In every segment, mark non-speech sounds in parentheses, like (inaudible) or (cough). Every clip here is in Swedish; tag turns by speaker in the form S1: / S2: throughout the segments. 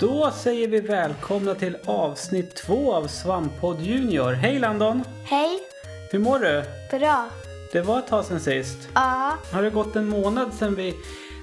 S1: Då säger vi välkomna till avsnitt två av Svamppodd Junior. Hej Landon!
S2: Hej,
S1: Hur mår du?
S2: bra.
S1: Det var ett tag sedan sist.
S2: Ja,
S1: Har det gått en månad sedan vi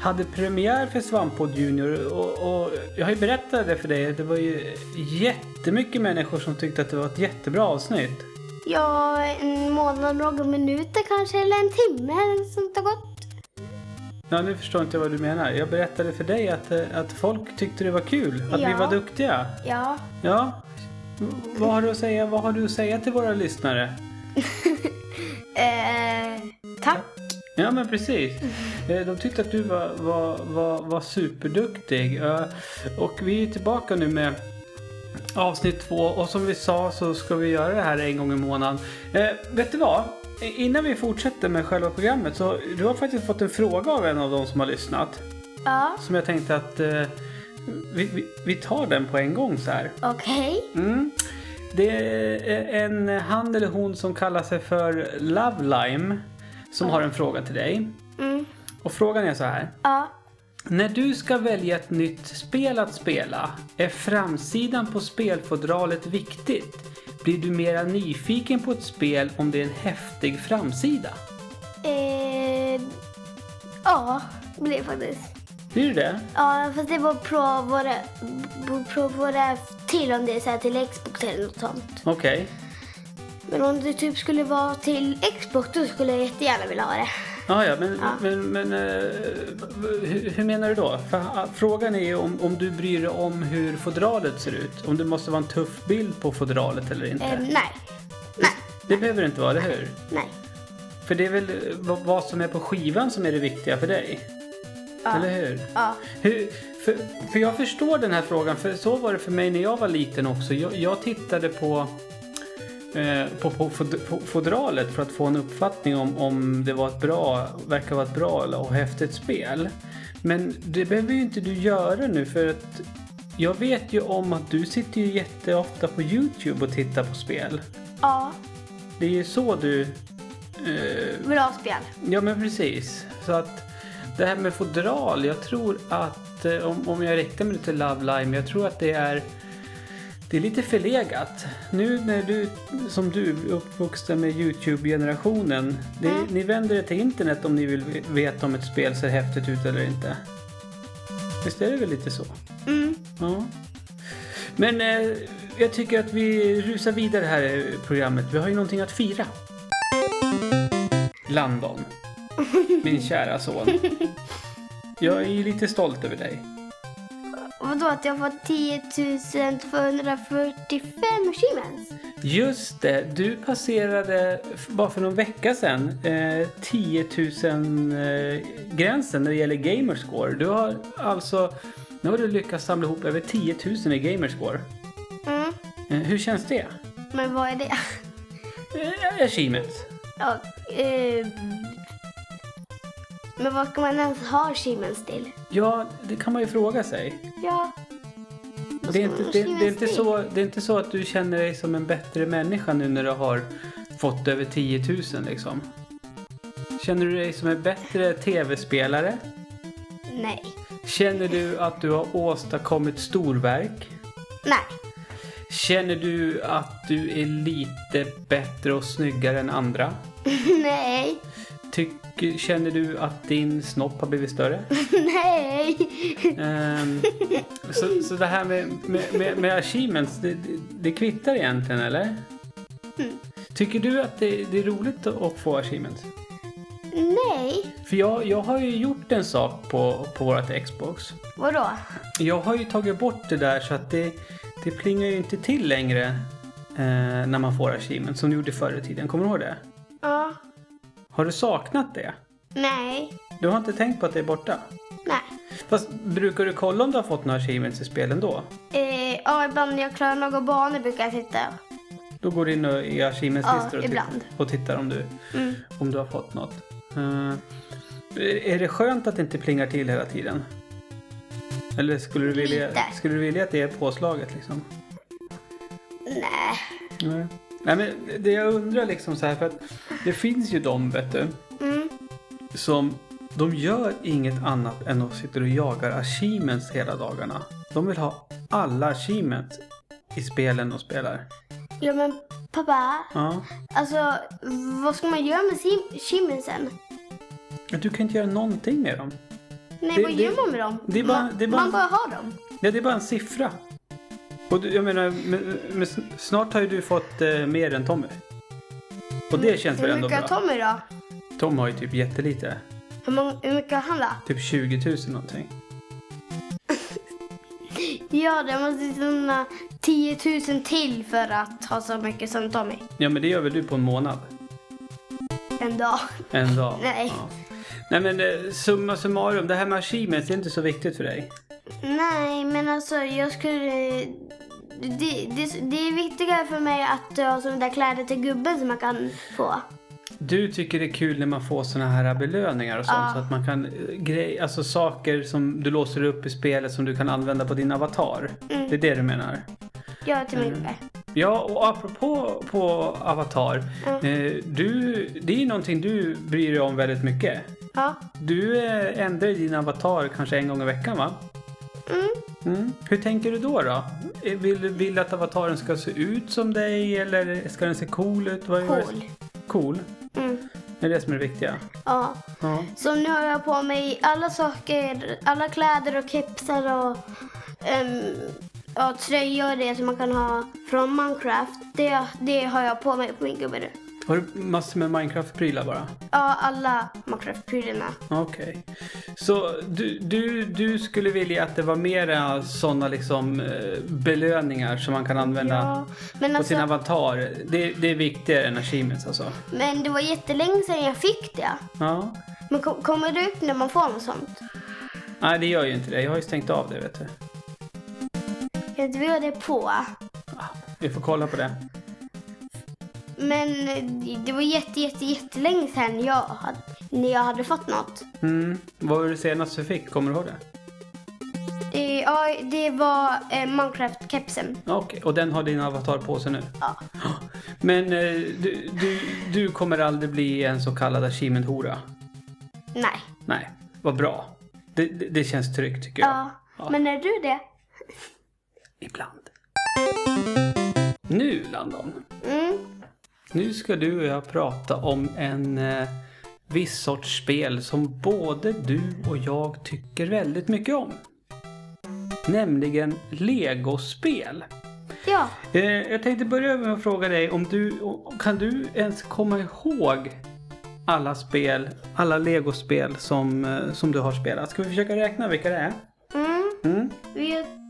S1: hade premiär för Svamppodd Junior och, och jag har ju berättat det för dig. Det var ju jättemycket människor som tyckte att det var ett jättebra avsnitt.
S2: ja, en månad, några minuter kanske, eller en timme eller sånt har gått.
S1: Ja, nu förstår inte jag vad du menar. Jag berättade för dig att, eh, att folk tyckte det var kul, att vi
S2: Ja.
S1: var duktiga.
S2: Ja,
S1: Ja. V- Vad har, du att säga? vad har du att säga till våra lyssnare?
S2: eh, tack.
S1: Ja men precis. Eh, De tyckte att du var, var, var, var superduktig. Eh, Och vi är tillbaka nu med avsnitt två och som vi sa så ska vi göra det här en gång i månaden. Eh, vet du vad? Eh, Innan vi fortsätter med själva programmet så du har faktiskt fått en fråga av en av de som har lyssnat.
S2: Ja,
S1: Som jag tänkte att eh, vi, vi, vi tar den på en gång så här.
S2: okej.
S1: Mm. Det är en han eller hon som kallar sig för Lovelime som har en fråga till dig.
S2: Mm,
S1: Och frågan är så här.
S2: ja,
S1: När du ska välja ett nytt spel att spela, är framsidan på spelfodralet viktigt? Blir du mera nyfiken på ett spel om det är en häftig framsida?
S2: eh, ja, det blir det faktiskt.
S1: Blir du det?
S2: Ja, fast det beror på vad det, beror på vad det är till, om det är så här till Xbox eller något sånt.
S1: Okej.
S2: Men om det typ skulle vara till Xbox, då skulle jag jättegärna vilja ha det.
S1: Ah, ja, men,
S2: Ja.
S1: men, men eh, hur, hur menar du då? För, ah, frågan är ju om, om du bryr dig om hur fodralet ser ut. Om det måste vara en tuff bild på fodralet eller inte.
S2: Eh, nej, nej,
S1: Det behöver det inte vara, eller hur?
S2: nej.
S1: För det är väl eh, vad- vad som är på skivan som är det viktiga för dig?
S2: Ja.
S1: Eller hur?
S2: Ja,
S1: Hur, för, för jag förstår den här frågan, för så var det för mig när jag var liten också. Jag, jag tittade på, eh, på, på fod- på fodralet för att få en uppfattning om, om det var ett bra, verkar vara ett bra eller- och häftigt spel. Men det behöver ju inte du göra nu för att jag vet ju om att du sitter ju jätteofta på Youtube och tittar på spel.
S2: ja,
S1: Det är ju så du eh,
S2: bra spel.
S1: Ja men precis. Så att det här med fodral, jag tror att eh, om, om jag riktar mig till Love Lime, jag tror att det är det är lite förlegat. Nu när du, som du, är uppvuxen med Youtube-generationen. det-
S2: Mm.
S1: Ni vänder er till internet om ni vill ve- veta om ett spel ser häftigt ut eller inte. Visst är det väl lite så?
S2: Mm.
S1: Ja. Men eh, jag tycker att vi rusar vidare här i programmet. Vi har ju någonting att fira. Landon. Min kära son. Jag är ju lite stolt över dig.
S2: Vadå att jag fått 10 245 Siemens?
S1: Just det, du passerade f- bara för någon vecka sedan eh, 10 000-gränsen när det gäller gamerscore. Du har alltså, nu har du lyckats samla ihop över 10 000 i gamerscore.
S2: Mm.
S1: Eh, hur känns det?
S2: Men vad är det? (laughs)
S1: Eh, achievements.
S2: Ja, eh, men vad ska man ens ha Siemens till?
S1: Ja, det kan man ju fråga sig.
S2: Ja,
S1: Det är, inte, det, det, är inte
S2: skrivas
S1: så, det är inte så att du känner dig som en bättre människa nu när du har fått över 10 000 liksom. Känner du dig som en bättre tv-spelare?
S2: nej.
S1: Känner du att du har åstadkommit storverk?
S2: Nej. (laughs)
S1: Känner du att du är lite bättre och snyggare än andra?
S2: nej. (laughs)
S1: Tycker, känner du att din snopp har blivit större?
S2: nej. (laughs)
S1: Ehm, så, så det här med, med, med, med achievements, det, det, det kvittar egentligen eller? Tycker du att det, det är roligt att- att få achievements?
S2: nej.
S1: För jag, jag har ju gjort en sak på, på vårt Xbox.
S2: Vadå?
S1: Jag har ju tagit bort det där så att det, det plingar ju inte till längre eh, när man får achievements som det gjorde förr i tiden. Kommer du ihåg det?
S2: Ja.
S1: Har du saknat det?
S2: Nej.
S1: Du har inte tänkt på att det är borta?
S2: Nej.
S1: Fast brukar du kolla om du har fått några achievements i spelen då?
S2: Eh, ja, ibland när jag klarar några banor brukar jag titta.
S1: Då går du in och- i
S2: Ja,
S1: Achievements-listor och,
S2: ibland.
S1: tittar- och tittar om du,
S2: Mm.
S1: om du har fått något. Eh, är det skönt att det inte plingar till hela tiden? Eller skulle du vilja,
S2: Lite.
S1: skulle du vilja att det är påslaget liksom?
S2: Nej.
S1: Nej. Nej men det jag undrar liksom så här för att det finns ju de vet du
S2: Mm.
S1: som de gör inget annat än att sitter och jagar achievements hela dagarna. De vill ha alla achievements i spelen de spelar.
S2: Ja men pappa,
S1: Ja.
S2: alltså vad ska man göra med sim- chimpansen?
S1: Du kan inte göra någonting med dem.
S2: Nej,
S1: Det-
S2: vad
S1: det-
S2: gör man med dem?
S1: det är bara-
S2: man,
S1: det är bara-
S2: man bara har dem.
S1: Ja, det är bara en siffra. Och du, jag menar, men, men snart har ju du fått eh, mer än Tommy. Och det känns väl
S2: Mm, Hur
S1: ändå
S2: mycket har
S1: bra?
S2: Tommy då?
S1: Tom har ju typ jättelite.
S2: Hur, många, hur mycket har han då?
S1: Typ 20 000 någonting.
S2: Ja, det måste sådana 10 000 till för att ha så mycket som Tommy.
S1: Ja, men det gör väl du på en månad?
S2: En dag.
S1: En dag?
S2: Nej.
S1: Ja. Nej, men eh, summa summarum. Det här med achievements det är inte så viktigt för dig.
S2: Nej, men alltså jag skulle... Det, det, det är viktigare för mig att ha sådana där kläder till gubben som man kan få.
S1: Du tycker det är kul när man får såna här belöningar och sånt
S2: Ja.
S1: så att man kan eh, grej, alltså saker som du låser upp i spelet som du kan använda på din avatar.
S2: Mm.
S1: Det är det du menar?
S2: Ja, till min
S1: Mm.
S2: gubbe.
S1: Ja, och apropå på avatar.
S2: Mm.
S1: Eh, du, det är ju någonting du bryr dig om väldigt mycket.
S2: Ja.
S1: Du eh, ändrar ju din avatar kanske en gång i veckan va?
S2: Mm.
S1: Mm. Hur tänker du då? då? Eh, Vill du vill du att avataren ska se ut som dig eller ska den se cool ut? Vad är vad är-
S2: Cool.
S1: Cool?
S2: Mm.
S1: Det är det som är det viktiga.
S2: Ja.
S1: Ja.
S2: Så nu har jag på mig alla saker, alla kläder och kepsar och, ehm, ja, tröjor och det som man kan ha från Minecraft. Det, det har jag på mig på min gubbe nu.
S1: Har du massor med Minecraft-prylar bara?
S2: Ja, alla Minecraft-prylarna.
S1: Okej. Så du, du, du skulle vilja att det var mera sådana liksom eh, belöningar som man kan använda
S2: Ja, men,
S1: eh, på sin
S2: alltså,
S1: avatar? Det, det är viktigare än achievements alltså?
S2: men det var jättelänge sedan jag fick det.
S1: Ja.
S2: Men ko- kommer det upp när man får något sånt?
S1: Nej, det gör ju inte det. Jag har ju stängt av det, vet du.
S2: Kan inte vi ha det på?
S1: Ah, Vi får kolla på det.
S2: Men eh, det var jätte, jätte, jättelänge sedan jag hade, när jag hade fått något.
S1: Mm. Vad var det senaste du fick? Kommer du ihåg det?
S2: Eh, Ja, det var eh, Minecraft-kepsen.
S1: Okej, och den har din avatar på sig nu?
S2: Ja.
S1: Men eh, du, du, du kommer aldrig bli en så kallad achievement-hora?
S2: Nej.
S1: Nej, vad bra. Det, det, det känns tryggt tycker jag.
S2: Ja. Men är du det?
S1: Ibland. Nu Landon,
S2: Mm.
S1: nu ska du och jag prata om en eh, viss sorts spel som både du och jag tycker väldigt mycket om. Nämligen legospel.
S2: Ja.
S1: Eh, jag tänkte börja med att fråga dig om du kan du ens komma ihåg alla spel, alla legospel som, eh, som du har spelat. Ska vi försöka räkna vilka det är?
S2: Mm.
S1: Mm.
S2: Vi har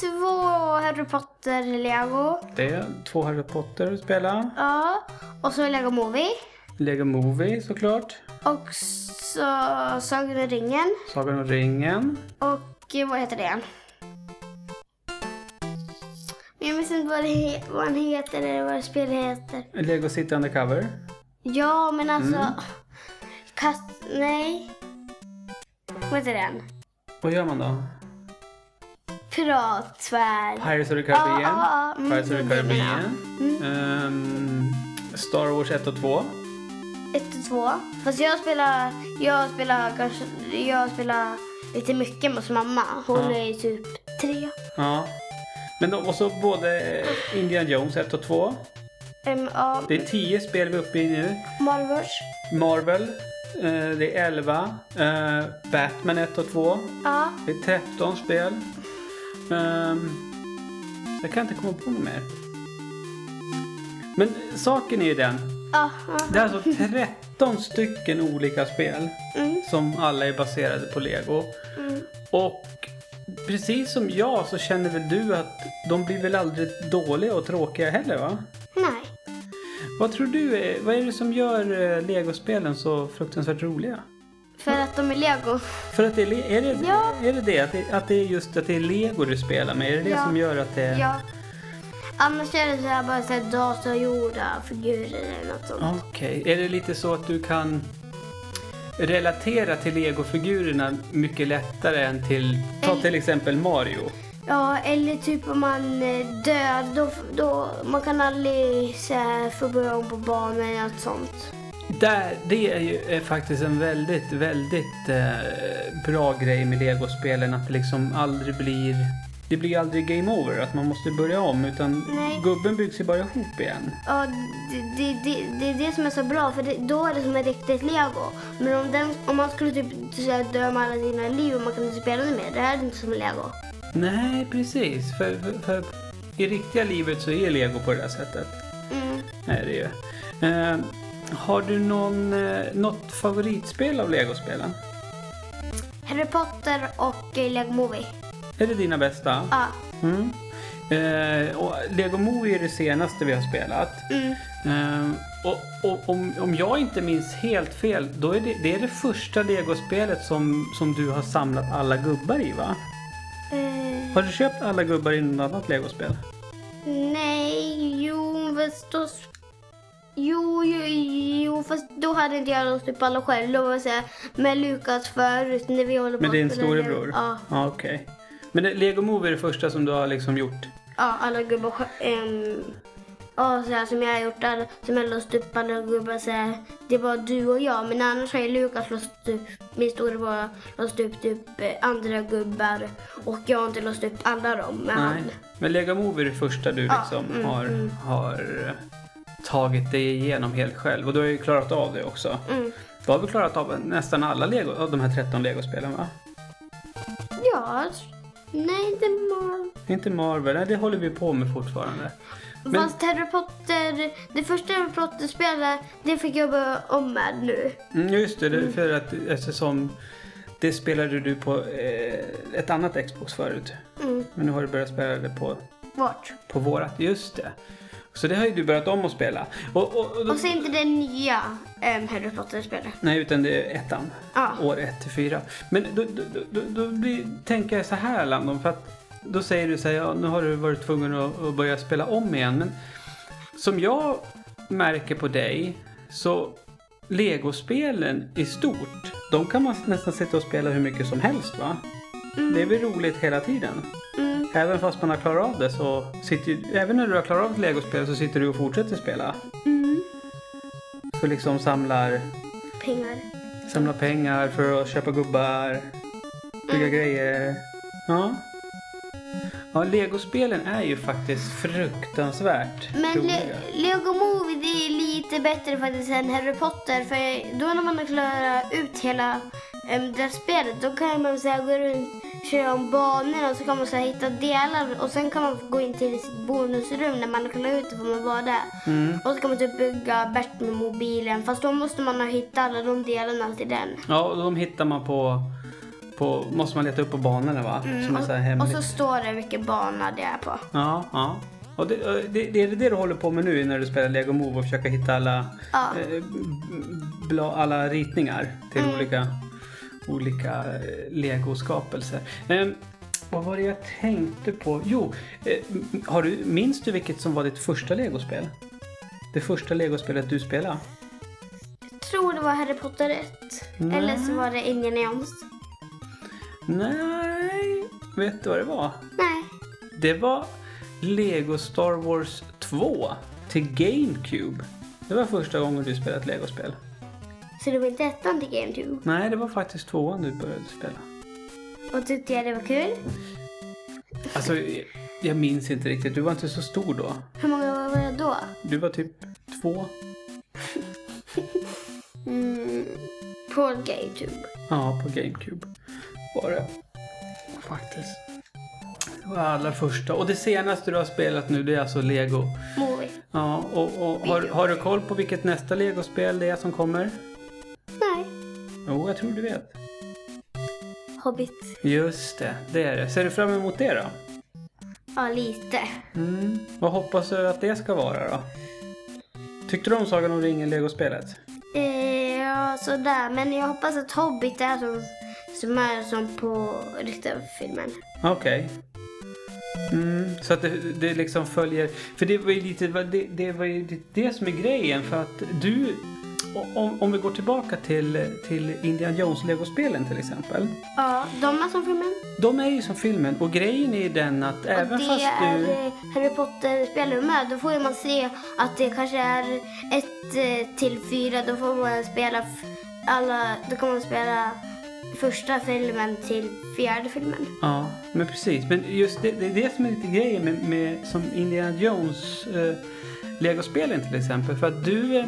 S2: två Harry Potter-lego.
S1: Det är två Harry Potter att spela.
S2: Ja. Och så Lego Movie.
S1: Lego Movie såklart.
S2: Och så Sagan om ringen.
S1: Sagan om ringen.
S2: Och eh, vad heter det? Men jag minns inte vad, det, he- vad han heter eller vad spelet heter.
S1: Lego City Undercover.
S2: Ja, men alltså... Kast... Nej. Vad heter den?
S1: Vad gör man då?
S2: Piratsfär.
S1: Pirates of the
S2: Ja,
S1: Caribbean.
S2: ja, ja. Mm,
S1: Pirates of the
S2: det menar jag.
S1: Caribbean. Ehm, Star Wars 1 och 2.
S2: 1 och 2. Fast jag spelar, jag spelar kanske, jag spelar lite mycket med mamma. Hon
S1: Ja.
S2: är ju typ tre.
S1: Ja. Men då- och så både Indian Jones 1 och 2.
S2: Um, ja,
S1: Det är 10 spel vi är uppe i nu.
S2: Marvels.
S1: Marvel. eh, det är 11. Eh, Batman 1 och 2.
S2: Ja,
S1: Det är 13 spel. Ehm, jag kan inte komma på något mer. Men saken är ju den.
S2: ja, ja.
S1: Det är alltså 13 stycken olika spel
S2: Mm,
S1: som alla är baserade på Lego.
S2: mm.
S1: Och precis som jag så känner väl du att de blir väl aldrig dåliga och tråkiga heller va?
S2: Nej.
S1: Vad tror du, är- vad är det som gör eh, Lego-spelen så fruktansvärt roliga?
S2: För att de är lego.
S1: För att det är, le- är, det,
S2: Ja.
S1: är det det? Att det, att det är just att det är Lego du spelar med? Är det det
S2: Ja.
S1: som gör att det...
S2: Ja. Annars är det så här bara så här datorgjorda figurer eller något sånt.
S1: Okej, är det lite så att du kan relatera till legofigurerna mycket lättare än till, ta till exempel Mario?
S2: Ja, eller typ om man eh, dör, då, då man kan aldrig så här, få börja om på banan eller något sånt.
S1: Där, det är ju eh, faktiskt en väldigt, väldigt eh, bra grej med legospelen att det liksom aldrig blir det blir aldrig game over, att man måste börja om. Utan
S2: Nej.
S1: gubben byggs ju bara ihop igen.
S2: Ja, det, det, det, det är det som är så bra för det, då är det som ett riktigt lego. Men om, den, om man skulle typ så här, dö med alla sina liv och man kan inte spela det mer, det här är inte som lego.
S1: Nej, precis. För, för, för i riktiga livet så är lego på det där sättet.
S2: Mm.
S1: Är det ju. Eh, har du någon, eh, något favoritspel av legospelen?
S2: Harry Potter och eh, Lego Movie.
S1: Är det dina bästa?
S2: Ja.
S1: Mm. Eh, och Lego Movie är det senaste vi har spelat.
S2: Mm.
S1: Eh, och, och, om, om jag inte minns helt fel, då är det det, är det första legospelet som, som du har samlat alla gubbar i va?
S2: Eh,
S1: Har du köpt alla gubbar i något annat legospel?
S2: nej, jo, fast då... s- Jo, jo, jo, fast då hade inte jag låst upp alla själv. Då var jag så här, med Lukas förut när vi håller på
S1: Med
S2: att
S1: din
S2: spela
S1: storebror?
S2: Lego. Ja,
S1: ja Okej. Men det, Lego Movie är det första som du har liksom gjort?
S2: ja, alla gubbar um, Ja, så här, som jag har gjort, alla, som jag har låst upp alla gubbar så här, Det var du och jag, men annars har ju Lukas låst upp, min storebror, låst upp typ eh, andra gubbar. Och jag har inte låst upp alla dem med
S1: Nej.
S2: han.
S1: Men Lego Movie är det första du
S2: Ja,
S1: liksom
S2: mm,
S1: har,
S2: mm.
S1: har eh, tagit dig igenom helt själv. Och du har ju klarat av det också.
S2: Mm.
S1: Då har vi klarat av nästan alla Lego, av de här 13 Lego-spelen va?
S2: Ja, alltså, nej det var...
S1: Inte Marvel, nej, det håller vi på med fortfarande. Men-
S2: Fast Harry Potter, det första Harry Potter-spelet, det fick jag börja om med nu.
S1: Mm, just det, det är för att eftersom det spelade du på eh, ett annat Xbox förut.
S2: Mm.
S1: Men nu har du börjat spela det på,
S2: Vart?
S1: på vårat, just det. Så det har ju du börjat om att spela. Och, och, och då,
S2: Och så inte det nya um, Harry Potter-spelet.
S1: nej, utan det är ettan.
S2: Ja.
S1: år 1 till 4. Men då, då, då, då, då blir, tänker jag så här Landon, för att då säger du så här, ja, nu har du varit tvungen att, att börja spela om igen. Men som jag märker på dig så legospelen i stort, de kan man nästan sitta och spela hur mycket som helst va? Det är väl roligt hela tiden?
S2: Mm.
S1: Även fast man har klarat av det så sitter även när du har klarat av ett legospel så sitter du och fortsätter spela.
S2: Mm.
S1: Så liksom samlar
S2: Pengar.
S1: Samla pengar för att köpa gubbar. Bygga
S2: Mm.
S1: grejer. Ja. Ja, legospelen är ju faktiskt fruktansvärt
S2: Men
S1: roliga.
S2: Le- Lego Movie det är lite bättre faktiskt än Harry Potter för då när man har klarat ut hela um, det här spelet då kan man så här, gå runt köra om banorna och så kan man så här, hitta delar och sen kan man gå in till sitt bonusrum när man har klarat ut det får man vara där.
S1: Mm.
S2: Och så kan man typ bygga Batman-mobilen fast då måste man ha hittat alla de delarna till den.
S1: Ja, och de hittar man på... på måste man leta upp på banorna va? Som är så här
S2: Mm, och
S1: hemligt.
S2: så står det vilken bana det är på.
S1: Ja, ja. Och det, och det, det är det du håller på med nu när du spelar Lego Move och försöker hitta alla,
S2: Ja.
S1: eh, bla, alla ritningar till olika, olika eh, Lego-skapelser. Eh, vad var det jag tänkte på? Jo, eh, m- har du, minns du vilket som var ditt första Lego-spel? Det första Lego-spelet du spelade?
S2: Jag tror det var Harry Potter 1.
S1: Nej.
S2: Eller så var det Indiana Jones.
S1: Nej, vet du vad det var?
S2: Nej.
S1: Det var Lego Star Wars 2 till GameCube. Det var första gången du spelade ett Lego-spel.
S2: Så det var inte ettan till GameCube.
S1: Nej, det var faktiskt tvåan du började spela.
S2: Och tyckte jag det var kul.
S1: Alltså, jag- jag minns inte riktigt. Du var inte så stor då.
S2: Hur många år var jag då?
S1: Du var typ två.
S2: Mm, på GameCube.
S1: Ja, på GameCube var det. Faktiskt. Det var allra första. Och det senaste du har spelat nu, det är alltså Lego.
S2: Movie.
S1: Ja, och, och har, har du koll på vilket nästa Lego-spel det är som kommer?
S2: Nej.
S1: Jo, jag tror du vet.
S2: Hobbit.
S1: Just det, det är det. Ser du fram emot det då?
S2: Ja, lite.
S1: Mm. Vad hoppas du att det ska vara då? Tyckte du om Sagan om ringen, Lego-spelet?
S2: Eh, ja, sådär. Men jag hoppas att Hobbit är som, som, är som på riktiga filmen.
S1: Okej. Mm, så att det, det liksom följer... För det var ju lite det, det, var ju lite det som är grejen. För att du... Om, om vi går tillbaka till, till Indian Jones-legospelen till exempel.
S2: Ja, de är som filmen.
S1: De är ju som filmen och grejen är ju den att även
S2: och det
S1: fast
S2: är
S1: du...
S2: eh, Harry Potter-spelare med. Då får ju man se att det kanske är ett eh, till fyra. Då får man spela f- alla, då kan man spela första filmen till fjärde filmen.
S1: Ja, men precis. Men just det, det är det som är lite grejen med, med som Indiana Jones eh, legospelen till exempel. För att du, eh,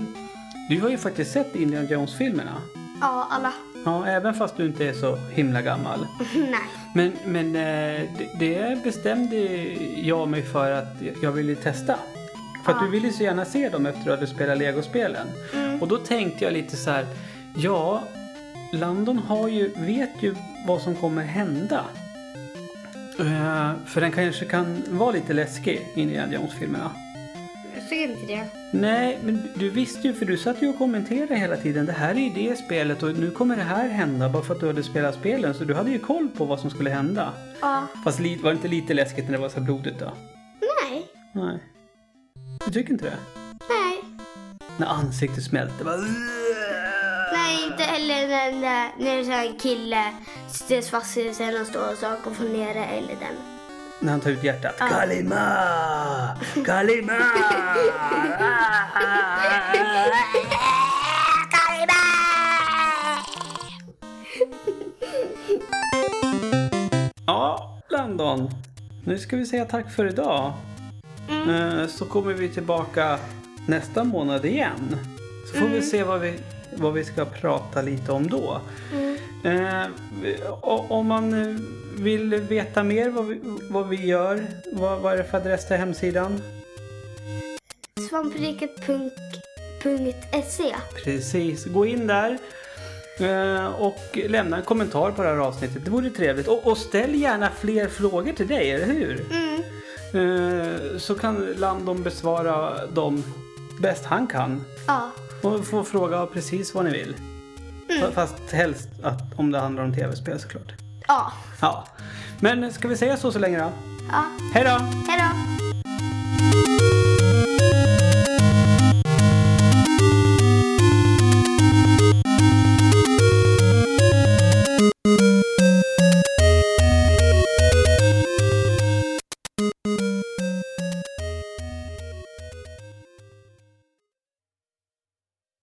S1: du har ju faktiskt sett Indiana Jones-filmerna.
S2: Ja, alla. (laughs)
S1: Ja, även fast du inte är så himla gammal.
S2: Nej.
S1: Men, men eh, det, det bestämde jag mig för att jag ville testa. För att
S2: Ja.
S1: du ville så gärna se dem efter att du spelat legospelen. Och då tänkte jag lite så här, ja, Landon har ju, vet ju vad som kommer hända. Eh, för den kanske kan vara lite läskig, Indiana Jones-filmerna.
S2: Jag tycker inte det.
S1: Nej, men du visste ju för du satt ju och kommenterade hela tiden. Det här är ju det spelet och nu kommer det här hända bara för att du hade spelat spelen. Så du hade ju koll på vad som skulle hända.
S2: Ja.
S1: Fast li- var det inte lite läskigt när det var så här blodigt då?
S2: Nej.
S1: Nej. Du tycker inte det?
S2: Nej.
S1: När ansiktet smälte bara...
S2: Nej, inte heller när, när, när det är så här en kille sitter fast i en stor sak och får ner det eller den.
S1: När han tar ut hjärtat. Kalima! Kalima! Ah.
S2: (laughs)
S1: ja, Landon. Nu ska vi säga tack för idag. Eh, Så kommer vi tillbaka nästa månad igen. Så får vi se vad vi, vad vi ska prata lite om då. Eh, o- om man eh, vill veta mer vad vi, vad vi gör, vad, vad är det för adress till hemsidan?
S2: Svampriket.se
S1: Precis, gå in där eh, och lämna en kommentar på det här avsnittet. Det vore trevligt. Och, och ställ gärna fler frågor till dig, eller hur?
S2: Mm.
S1: Eh, Så kan Landon besvara dem bäst han kan.
S2: Ja.
S1: Och få fråga precis vad ni vill. Fa- Fast helst att, om det handlar om tv-spel såklart.
S2: Ja.
S1: Ja. Men ska vi säga så så länge då?
S2: Ja.
S1: Hej då!
S2: Hej då!